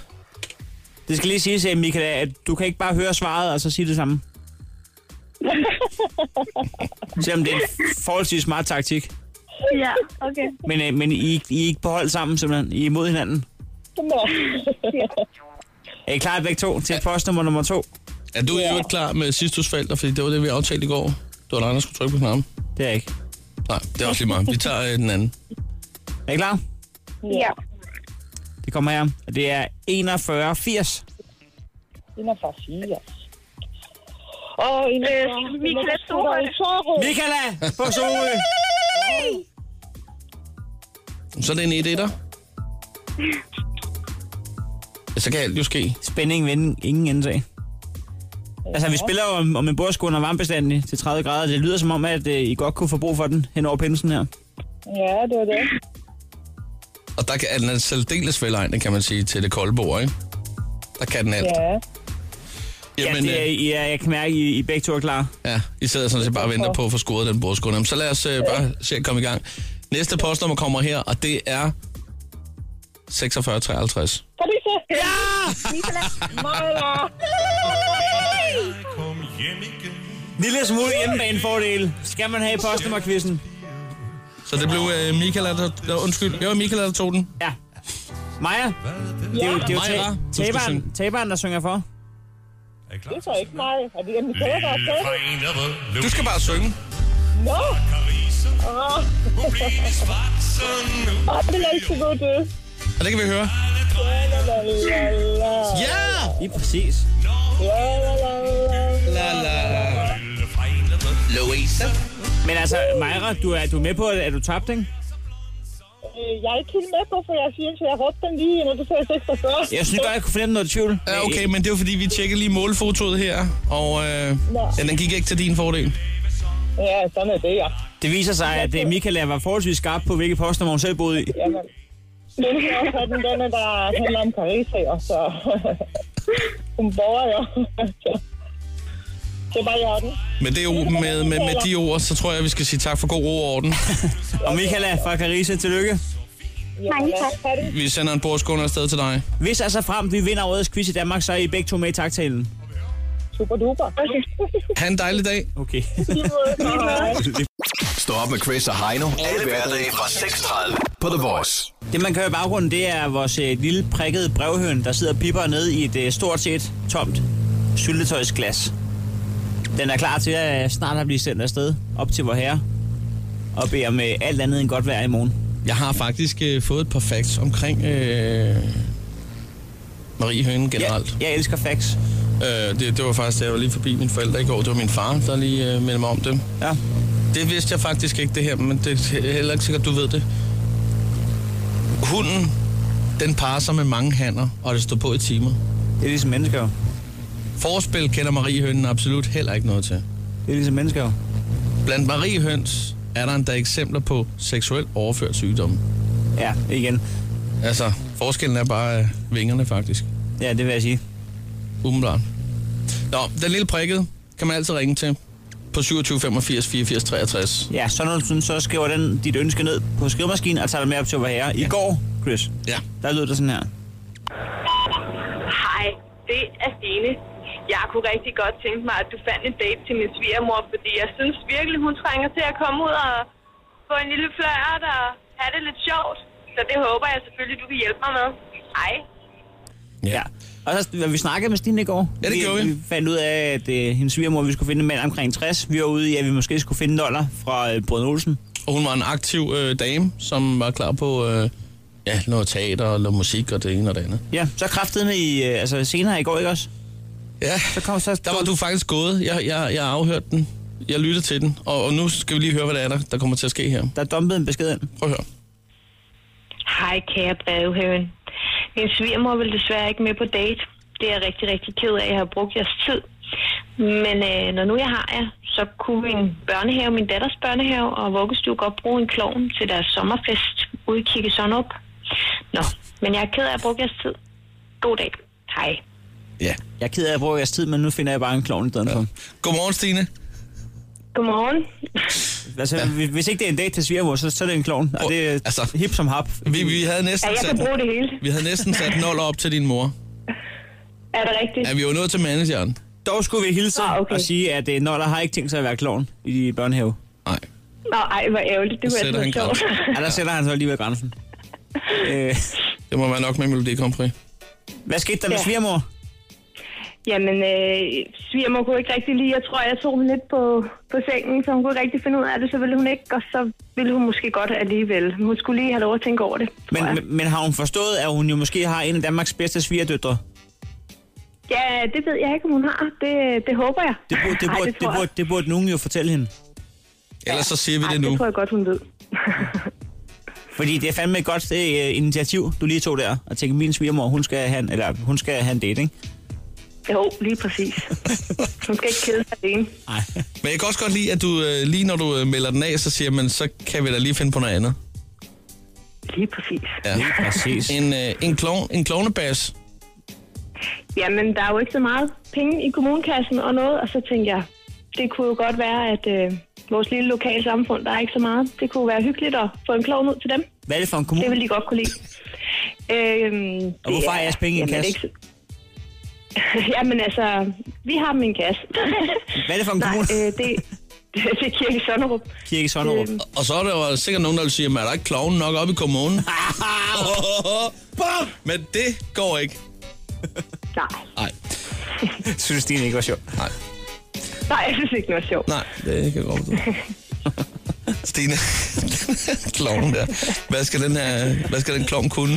Det skal lige siges, øh, Michaela, at du kan ikke bare høre svaret og så sige det samme. Selvom det er en forholdsvis smart taktik. Ja, okay. Men, øh, men I, er ikke- I er ikke på hold sammen, simpelthen. I er imod hinanden. Er I klar begge to til postnummer nummer to? Er du jo ikke klar med sidste forældre, fordi det var det, vi aftalte i går? Det var dig, der skulle trykke på knappen. Det er jeg ikke. Nej, det er også lige meget. Vi tager øh, den anden. Er I klar? Ja. Det kommer her. Og det er 4180. Den er fra Fias. Og en øh, Michaela Sorø. Michaela på Sorø. Så er det en 1 etter. Så kan alt jo ske. Spænding vinde ingen ende af. Altså, vi spiller jo om, om en bordskål og varmebestandig til 30 grader. Det lyder som om, at øh, I godt kunne få brug for den hen over pinsen her. Ja, det var det. Og der kan, er den er særdeles velegnet, kan man sige, til det kolde bord, ikke? Der kan den alt. Ja. Jamen, øh, ja, det er, ja, jeg kan mærke, at I, I begge to er klar. Ja, I sidder sådan set bare og venter på at få scoret den bordskål. Jamen, Så lad os øh, bare se at komme i gang. Næste postnummer kommer her, og det er 4653. Kan du se? Ja! Maja! Lille smule hjemmebanefordel. Skal man have i postnummerquizzen? Så det blev øh, Michael, der, der, undskyld, jo, Michael, der tog den. Ja. Maja? Det er jo, det er jo Maja, ta- du skal synge. taberen, taberen, der synger for. Det er så ikke mig. Er det en kære, der er kære? Du skal bare synge. Nå! Åh. Åh, det er ikke så godt, det. Og det kan vi høre. La, la, la, la. Ja! Lige præcis. La, la, la, la. La, la. Louise. Men altså, Maja, du er, du er med på, at at du tabte, ikke? Øh, Jeg er ikke helt med på, for jeg siger, så jeg råbte den lige, når du sagde 46. Jeg synes godt, jeg kunne fornemme noget tvivl. Ja, okay, men det er jo fordi, vi tjekkede lige målfotoet her, og øh, ja, den gik ikke til din fordel. Ja, sådan er det, ja. Det viser sig, at øh, Michaela var forholdsvis skarp på, hvilke postnummer hun selv boede i. Jamen. Den her også er den, den er, der handler om Carissa, og så... Hun borger jo. Så- Det er bare i orden. Men det er jo, med, med, med de ord, så tror jeg, vi skal sige tak for god ro og orden. Og Michaela fra Carissa, tillykke. Ja, Mange tak. Vi sender en bordskål afsted til dig. Hvis altså frem, vi vinder årets quiz i Danmark, så er I begge to med i taktalen. Super duper. Ha' en dejlig dag. Okay. Stå op med Chris og Heino. Alle hverdage fra 6.30 på The Voice. Det, man kan høre i baggrunden, det er vores øh, lille prikkede brevhøn, der sidder og pipper ned i et øh, stort set tomt syltetøjsglas. Den er klar til at øh, snart at blive sendt afsted op til vor herre og beder om øh, alt andet end godt vejr i morgen. Jeg har faktisk øh, fået et par facts omkring øh, Marie Høne generelt. Jeg elsker fax. Øh, det, det var faktisk, da jeg var lige forbi mine forældre i går. Det var min far, der lige øh, mindede mig om det. Ja. Det vidste jeg faktisk ikke, det her, men det er heller ikke sikkert, du ved det. Hunden, den parer sig med mange hanner, og det står på i timer. Det er ligesom mennesker jo. Forspil kender Marie Hønen absolut heller ikke noget til. Det er ligesom mennesker jo. Blandt Marie Høns er der endda eksempler på seksuelt overført sygdomme. Ja, igen. Altså, forskellen er bare øh, vingerne, faktisk. Ja, det vil jeg sige. Umiddelbart. Nå, den lille prikket kan man altid ringe til på 27 85 84 63. Ja, så når du så skriver den dit ønske ned på skrivemaskinen og tager det med op til vor herre. I går, Chris, Ja. der lød det sådan her. Hej, det er Stine. Jeg kunne rigtig godt tænke mig, at du fandt en date til min svigermor, fordi jeg synes virkelig, hun trænger til at komme ud og få en lille flørt og have det lidt sjovt. Så det håber jeg selvfølgelig, du kan hjælpe mig med. Hej. Ja. Og så, vi snakkede med Stine i går. Ja, det gjorde vi. Vi fandt ud af, at øh, hendes svigermor, vi skulle finde en mand omkring 60. Vi var ude i, at vi måske skulle finde en dollar fra øh, Brøden Olsen. Og hun var en aktiv øh, dame, som var klar på øh, ja, noget teater og noget musik og det ene og det andet. Ja, så kraftede i, øh, altså senere i går, ikke også? Ja, Så kom så... der var du faktisk gået. Jeg, jeg, jeg afhørte den. Jeg lyttede til den. Og, og nu skal vi lige høre, hvad der er, der, der kommer til at ske her. Der dumpede en besked ind. Prøv at høre. Hej, kære brevhøven. Min svigermor vil desværre ikke med på date. Det er jeg rigtig, rigtig ked af, at jeg har brugt jeres tid. Men øh, når nu jeg har jer, så kunne min børnehave, min datters børnehave og vuggestue godt bruge en klovn til deres sommerfest ude i Kigge op. Nå, men jeg er ked af, at jeg har brugt jeres tid. God dag. Hej. Ja. Jeg er ked af at bruge jeres tid, men nu finder jeg bare en klovn i stedet ja. for. Godmorgen, Stine. Godmorgen. Altså, ja. hvis ikke det er en date til svigermor, så, så er det en klovn. Og det er altså- altså, hip som hap. Vi, vi havde Ja, næsten jeg kan sat, bruge det hele. vi havde næsten sat 0 op til din mor. Er det rigtigt? Ja, vi var nået til manageren. Dog skulle vi hilse Ah, okay. og sige, at øh, Noller har ikke tænkt sig at være klovn i børnehave. Nej. Nå, ej, hvor ærgerligt. Det Så var sætter altid han sjovt. grænsen. Ja, der sætter han så lige ved grænsen. Øh, Det må være nok med Melodi Grand Prix. hvad skete der med Ja. svigermor? Jamen, øh, svigermor kunne ikke rigtig lide. Jeg tror, jeg tog hende lidt på, på sengen, så hun kunne ikke rigtig finde ud af det. Så ville hun ikke, og så ville hun måske godt alligevel. Men Hun skulle lige have lov at tænke over det. Men, men, men har hun forstået, at hun jo måske har en af Danmarks bedste svigerdøtre? Ja, det ved jeg ikke, om hun har. Det, det håber jeg. Det burde, det, Ej, burde, det det, tror jeg. burde, det burde nogen jo fortælle hende. Ellers så siger vi Ej, det tror jeg godt, hun ved. Fordi det er fandme et godt øh, initiativ, du lige tog der. Og tænke, min svigermor, hun skal have en, eller, hun skal have en date, ikke? Jo, lige præcis. Hun skal ikke kede sig alene. Men jeg kan også godt lide, at du øh, lige når du øh, melder den af, så siger man, så kan vi da lige finde på noget andet. Lige præcis. Ja. Lige præcis. En, øh, en, klon, en klonebas. Jamen, der er jo ikke så meget penge i kommunekassen og noget, og så tænkte jeg, det kunne jo godt være, at øh, vores lille lokale samfund, der er ikke så meget, det kunne være hyggeligt at få en klovn ud til dem. Hvad er det for en kommune? Det vil de godt kunne lide. Øhm, Og hvorfor har jeres penge i en kasse? jamen altså, vi har dem i en kasse. Hvad er det for en kommune? Nej, øh, det, det er Kirke Sønderup. Kirke Sønderup. Øhm. Og så er der jo altså sikkert nogen, der vil sige, at er der ikke kloven nok op i kommunen? Bum! Men det går ikke. Nej. Nej. Synes Stine ikke var sjov? Nej. Nej, jeg synes ikke, det var sjovt. Nej, det kan jeg godt forstå. Stine, kloven der. Hvad skal den, her, hvad skal den klovn kunne?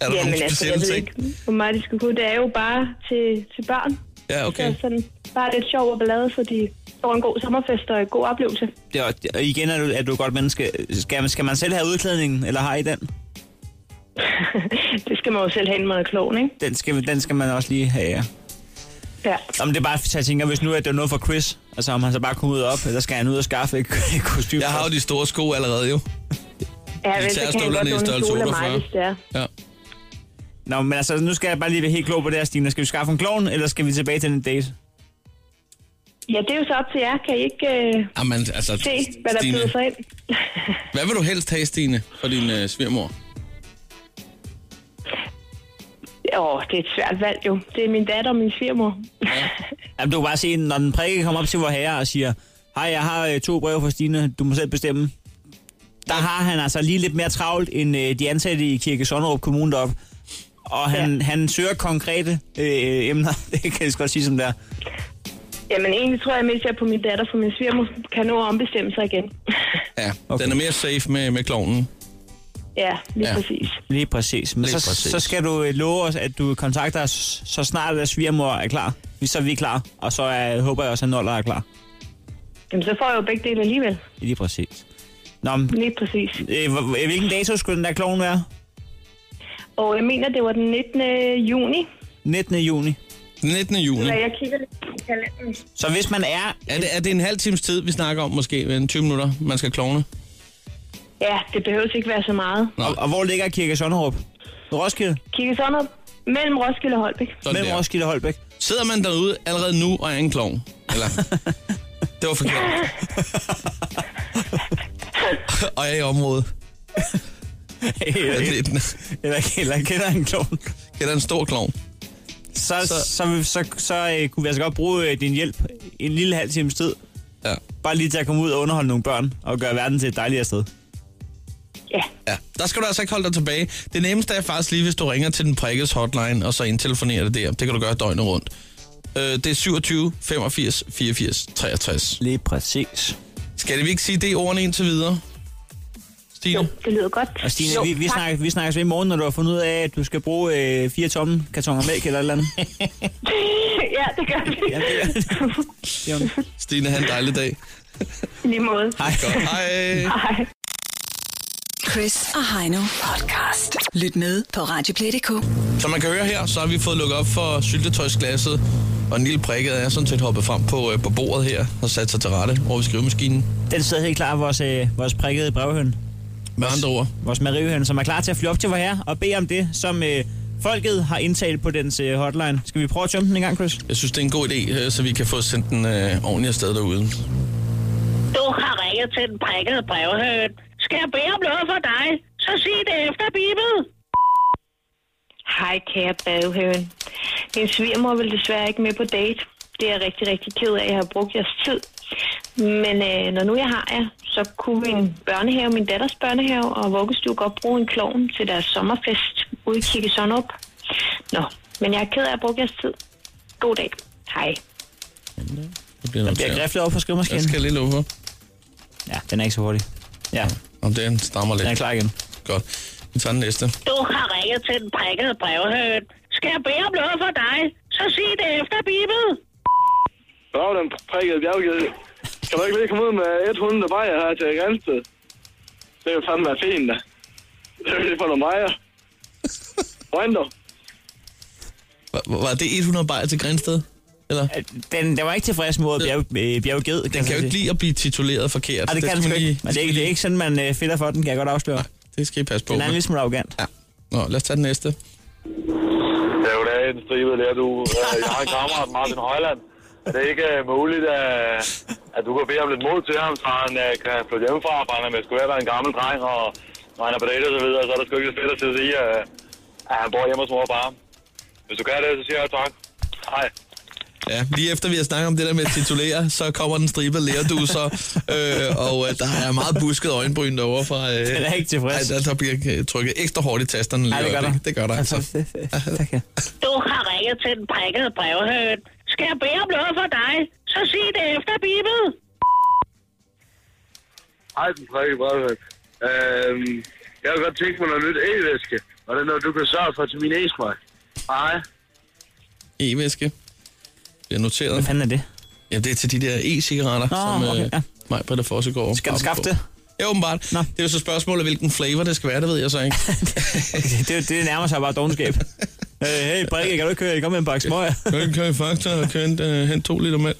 Er der nogle specielle altså, jeg ved ting? Ikke, hvor meget de skal kunne. Det er jo bare til, til børn. Ja, okay. Så sådan, bare lidt sjov og ballade, så de får en god sommerfest og en god oplevelse. Det er, også- og igen er du, er du et godt menneske. Skal, man- skal man selv have udklædningen, eller har I den? det skal man jo selv have, inden man er klog, ikke? Den skal, den skal man også lige have, ja. Ja. Om det er bare, jeg tænker, hvis nu er det noget for Chris, altså om han så bare kommer ud og op, eller skal han ud og skaffe et et kostyme? Jeg har jo de store sko allerede jo. Ja, Vi vel, så tager kan jeg støvlerne godt i låne en størrelse stol af mig, 48. hvis det er. Ja. Nå, men altså, nu skal jeg bare lige være helt klog på det her, Stine. Skal vi skaffe en klovn, eller skal vi tilbage til den date? Ja, det er jo så op til jer. Kan I ikke øh, Jamen, altså, se, hvad der Stine. byder sig ind? Hvad vil du helst have, Stine, for din øh, svigermor? Åh, det er et svært valg jo. Det er min datter og min svigermor. Jamen, du kan bare se, når den prikke kommer op til vor herre og siger, hej, jeg har øh, to brev fra Stine, du må selv bestemme. Der har han altså lige lidt mere travlt end øh, de ansatte i Kirke Sonderup Kommune deroppe. Og han, ja. han søger konkrete øh, emner, det kan jeg sgu godt sige som der. Jamen, egentlig tror jeg mest, jeg er på min datter, for min svigermor kan nå at ombestemme sig igen. Ja, okay. den er mere safe med, med klovnen. Ja, lige ja. præcis. Lige præcis. Men Lige så, præcis. så skal du øh, love os, at du kontakter os, så snart at svigermor er klar. Så er vi klar, og så er, håber jeg også, at Noller er klar. Jamen, så får jeg jo begge dele alligevel. Lige præcis. Nå, men, Lige præcis. øh, hvor- hvilken dato skulle den der klovn være? Og jeg mener, det var den 19. juni. 19. juni. 19. juni. Så jeg kigger lidt på kalenderen. Så hvis man er... Er det, er det en halv times tid, vi snakker om måske? En 20 minutter, man skal klovne? Ja, det behøves ikke være så meget. Og, og hvor ligger Kirke Sønderup? Roskilde? Kigge sådan op mellem Roskilde og Holbæk. Sådan Mellem Roskilde og Holbæk. Sidder man derude allerede nu og er en klovn? Eller? det var forkert. og jeg er i området. eller, eller, eller kender en klovn. Kender en stor klovn. Så, så, så, så, så øh, kunne vi altså godt bruge øh, din hjælp en lille halv times tid. Ja. Bare lige til at komme ud og underholde nogle børn og gøre verden til et dejligere sted. Ja. Ja, der skal du altså ikke holde dig tilbage. Det nemmeste er faktisk lige, hvis du ringer til den prikkes hotline, og så indtelefonerer det der. Det kan du gøre døgnet rundt. Øh, det er 27 85 84 63. Lige præcis. Skal vi ikke sige det ordene indtil videre? Stine? Jo, det lyder godt. Og Stine, vi, vi, snakkes, vi snakkes ved i morgen, når du har fundet ud af, at du skal bruge øh, fire tomme kartoner mælk eller et eller andet. ja, det gør vi. Ja, det Jamen. Stine, have en dejlig dag. Lige måde. Hej. Godt. Hej. Hej. Chris og Heino podcast. Lyt med på Radioplay.dk. Som man kan høre her, så har vi fået lukket op for syltetøjsglasset, og Nille Prikket er sådan set hoppet frem på, øh, på bordet her og sat sig til rette over ved skrivemaskinen. Den sidder helt klar, vores, øh, vores prikkede brevhøn. Med andre ord. Vores marivhøn, som er klar til at fly op til vor herre og bede om det, som øh, folket har indtalt på dens øh, hotline. Skal vi prøve at tømme den en gang, Chris? Jeg synes, det er en god idé, øh, så vi kan få sendt den øh, ordentligt afsted derude. Du har ringet til den prikkede brevhøn. Skal jeg bede om noget for dig, så sig det efter Bibel. Hej, kære baghøven. Min svigermor vil desværre ikke med på date. Det er jeg rigtig, rigtig ked af, at jeg har brugt jeres tid. Men øh, når nu jeg har jer, så kunne min børnehave, min datters børnehave og vuggestue godt bruge en klovn til deres sommerfest ude i Kikke Sonop. Nå, men jeg er ked af, at jeg har brugt jeres tid. God dag. Hej. Det bliver Der nok bliver svært. griflet op for skrivemaskinen. Jeg skal lige love for. Ja, den er ikke så hurtig. Ja. Om den stammer lidt. Den er klar igen. Godt. Vi tager den næste. Du har ringet til den prikkede brevhøn. Skal jeg bede om noget for dig? Så sig det efter, Bibel. Brav den prikkede bjergged. Kan du ikke lige komme ud med et hund, der vejer her til Grænsted? Det vil fandme være fint, da. Det vil lige få nogle vejer. Røndo. Var, var det 100 bajer til Grænsted? Eller? Øh, Den, den var ikke tilfreds mod bjerg, øh, bjergged. Den kan jo ikke lide at blive tituleret forkert. Nej, Ah, det kan skal den sgu man ikke. lige- Men det er ikke, det er ikke sådan, man øh, fedter for den, kan jeg godt afsløre. Det skal I passe på Den er en med. lille smule arrogant. Ja. Nå, lad os tage den næste. Det er jo da en stribe der, du. Øh, Jeg har en kammerat, Martin Højland. Er det ikke øh, muligt, at, at du kan bede om lidt mod til ham, så han øh, kan flytte hjemmefra, for han er med sgu ved at være en gammel dreng, og når han er på date og så videre, så er der sgu ikke så fedt at sidde og sige, øh, at han bor hjemme hos mor og far. Hvis du kan det, så siger jeg tak. Hej. Ja, lige efter vi har snakket om det der med at titulere, så kommer den stribe lærduser, øh, og øh, der er meget busket øjenbryn derovre fra... Øh, Den er ikke tilfreds. Ej, der, der bliver øh, trykket ekstra hårdt i tasterne lige Ej, det gør i øjeblikket. Det gør der altså. Du har ringet til den prikkede brevhøn. Skal jeg bede om noget for dig? Så sig det efter, Bibel. Hej, den prikkede brevhøn. Øhm, jeg vil godt tænke mig noget nyt e-væske. Og det er noget, du kan sørge for til min e-smag. Hej. E-væske. Bliver noteret. Hvad fanden er det? Ja, det er til de der e-cigaretter, Nå, som okay, øh, ja. mig, Britta Fosse går Skal den skaffe det? Ja, åbenbart. Nå. Det er jo så spørgsmålet, hvilken flavor det skal være, det ved jeg så ikke. det, det, det nærmer sig bare dogenskab. Øh, hey, Brikke, kan du ikke køre? Kom med en pakke smøger. Kan køre i fakta og køre en, øh, hen to liter mælk?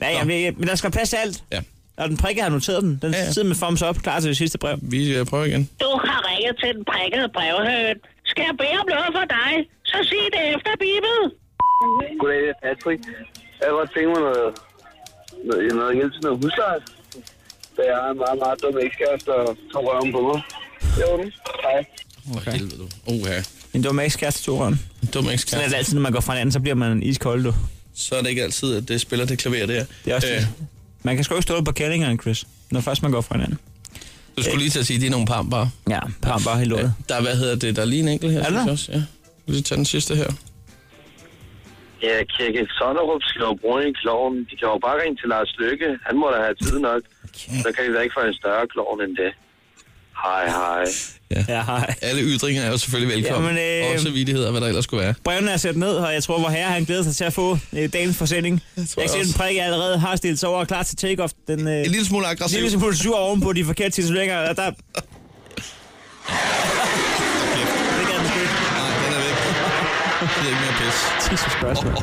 Ja, jamen, det, men der skal passe alt. Ja. Og den prikke har noteret den. Den ja, ja. sidder med thumbs up, klar til det sidste brev. Vi øh, prøver igen. Du har ringet til den prikkede brevhøn. Skal jeg bede om noget for dig? Så sig det efter, Bibel. Goddag, det er Patrick. Jeg vil godt tænke mig noget, noget, noget hjælp til noget husleje. Da jeg har en meget, meget dum ekskæreste, der tog røven på mig. Jo, hej. Okay. Helvede, du. Oh, ja. En dum ekskæreste tog røven. En dum ekskæreste. Sådan er det altid, når man går fra hinanden, så bliver man iskold, du. Så er det ikke altid, at det spiller det klaver der. Det er også øh. Man kan sgu ikke stå på kællingerne, Chris, når først man går fra hinanden. Du skulle lige til at sige, at det er nogle pamper. Ja, pamper helt lortet. øh, Der er, hvad hedder det, der er lige en enkelt her. Er synes der? jeg Også, ja. Vi lige tage den sidste her. Ja, Kirke Sonderup skal jo bruge en klovn. De kan jo bare ringe til Lars Lykke. Han må da have tid nok. Så kan de da ikke få en større klovn end det. Hej, hej. Ja. ja hej. Alle ytringer er jo selvfølgelig velkommen. Jamen, øh, Også vidigheder, hvad der ellers skulle være. Brevene er sat ned, og jeg tror, hvor herre han glæder sig til at få øh, dagens forsending. Jeg jeg kan også. se, den prikke allerede har stillet sig over og klar til take-off. Den, øh, en lille smule aggressiv. En lille smule sur ovenpå de forkerte tituleringer. og Der... Nej, den er væk. Det er ikke mere pis. Jesus spørgsmål.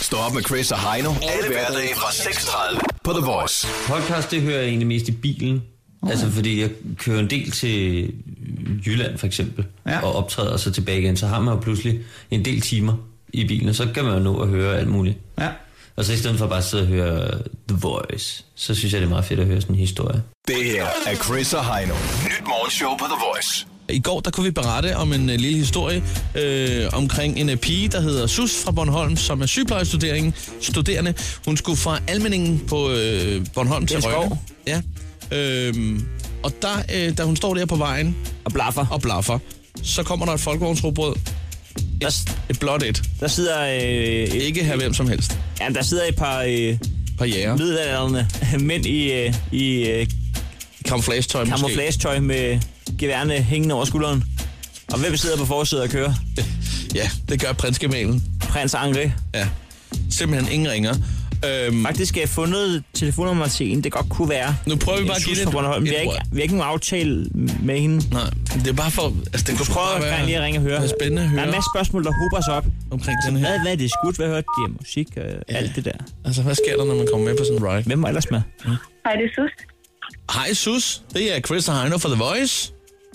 Stå op med Chris og Heino. Alle hverdage fra 6.30 på The Voice. Podcast, det hører jeg egentlig mest i bilen. Altså, fordi jeg kører en del til Jylland, for eksempel, ja. og optræder så tilbage igen, så har man jo pludselig en del timer i bilen, og så kan man jo nå at høre alt muligt. Ja. Og så i stedet for bare at sidde og høre øh, The Voice, så synes jeg, det er meget fedt at høre sådan en historie. Det her er Chris og Heino. Nyt morgenshow på The Voice. I går der kunne vi berette om en øh, lille historie øh, omkring en øh, pige, der hedder Sus fra Bornholm, som er sygeplejestuderende. Studerende. Hun skulle fra Almeningen på øh, Bornholm til Flensborg. Rønne. Ja. Øh, og der, øh, da hun står der på vejen... Og blaffer. Og blaffer. Så kommer der et folkevognsrobrød. Et, et blåt et. Der sidder... Øh, ikke her hvem som helst. Ja, der sidder et par... Øh, par jæger. Middelalderne mænd i... Øh, i øh, Kamuflagetøj måske. Kamuflagetøj med geværne hængende over skulderen. Og hvem sidder på forsædet og kører? Ja, det gør prinskemalen. Prins Angre. Ja. Simpelthen ingen ringer. Øhm, Faktisk skal jeg fundet telefonnummer til en, det godt kunne være. Nu prøver vi bare at give det et- det. Vi et har ikke, ord. vi har ikke nogen aftale med hende. Nej, det er bare for... Altså, det du kunne prøver bare at være- lige at ringe og høre. være spændende at høre. Der er en masse spørgsmål, der hober sig op. Omkring den her. Hvad, hvad er det skudt? Hvad hørte de af musik og ja. alt det der? Altså, hvad sker der, når man kommer med på sådan en ride? Hvem var ellers med? Hej, det er Sus. Hej Sus, det er Chris og Heino fra The Voice.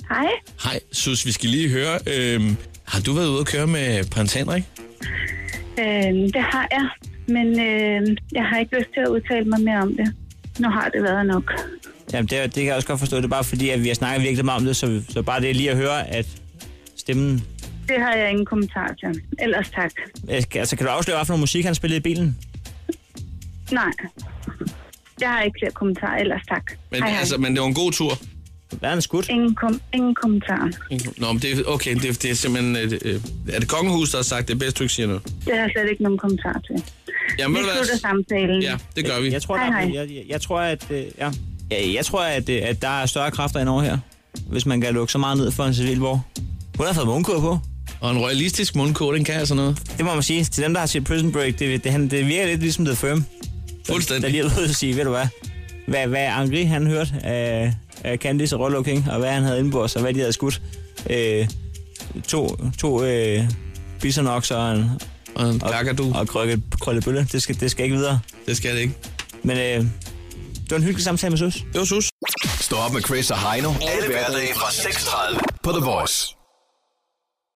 Hej. Hej Sus, vi skal lige høre, øhm, har du været ude at køre med prins Henrik? Øh, det har jeg, men øh, jeg har ikke lyst til at udtale mig mere om det. Nu har det været nok. Jamen, det, er- det kan jeg også godt forstå. Det er bare fordi, at vi har snakket virkelig meget om det, så, så bare det lige at høre, at stemmen... Det har jeg ingen kommentar til. Ellers tak. Altså, kan du afsløre, hvad for noget musik han spillede i bilen? Nej. Jeg har ikke flere kommentarer. Ellers tak. Men, Hej, hej. Altså, men det var en god tur. Der er en skud. Ingen, kom- ingen kommentarer. Nå, men det, er- okay, det, er- det er simpelthen... øh, Øh, er det kongehus, der har sagt det? Er bedst, du ikke siger noget. Det har jeg slet ikke nogen kommentar til. Jamen, vi ved du hvad? slutter samtalen. Ja, det gør vi. Jeg tror, der, Hej, er- hej. jeg, jeg, jeg tror at, øh, ja. jeg, jeg tror, at, øh, at der er større kræfter end over her, hvis man kan lukke så meget ned for en civilborg. Hun har fået mundkur på. Og en royalistisk mundkur, den kan altså noget. Det må man sige. Til dem, der har set Prison Break, det, det, han, det virker lidt ligesom The Firm. Fuldstændig. Der lige er ude at sige, ved du hvad, hvad, hvad Angri han hørte af, af Candice og Rollo King, og hvad han havde indbords, og hvad de havde skudt. Øh, to to øh, bisonokser og en, og en og, og krølle, krøllebølle. Det skal, det skal ikke videre. Det skal det ikke. Men øh, det var en hyggelig samtale med Sus. Det var Sus. Stå op med Chris og Heino. Alle hverdage fra 6.30 på The Voice.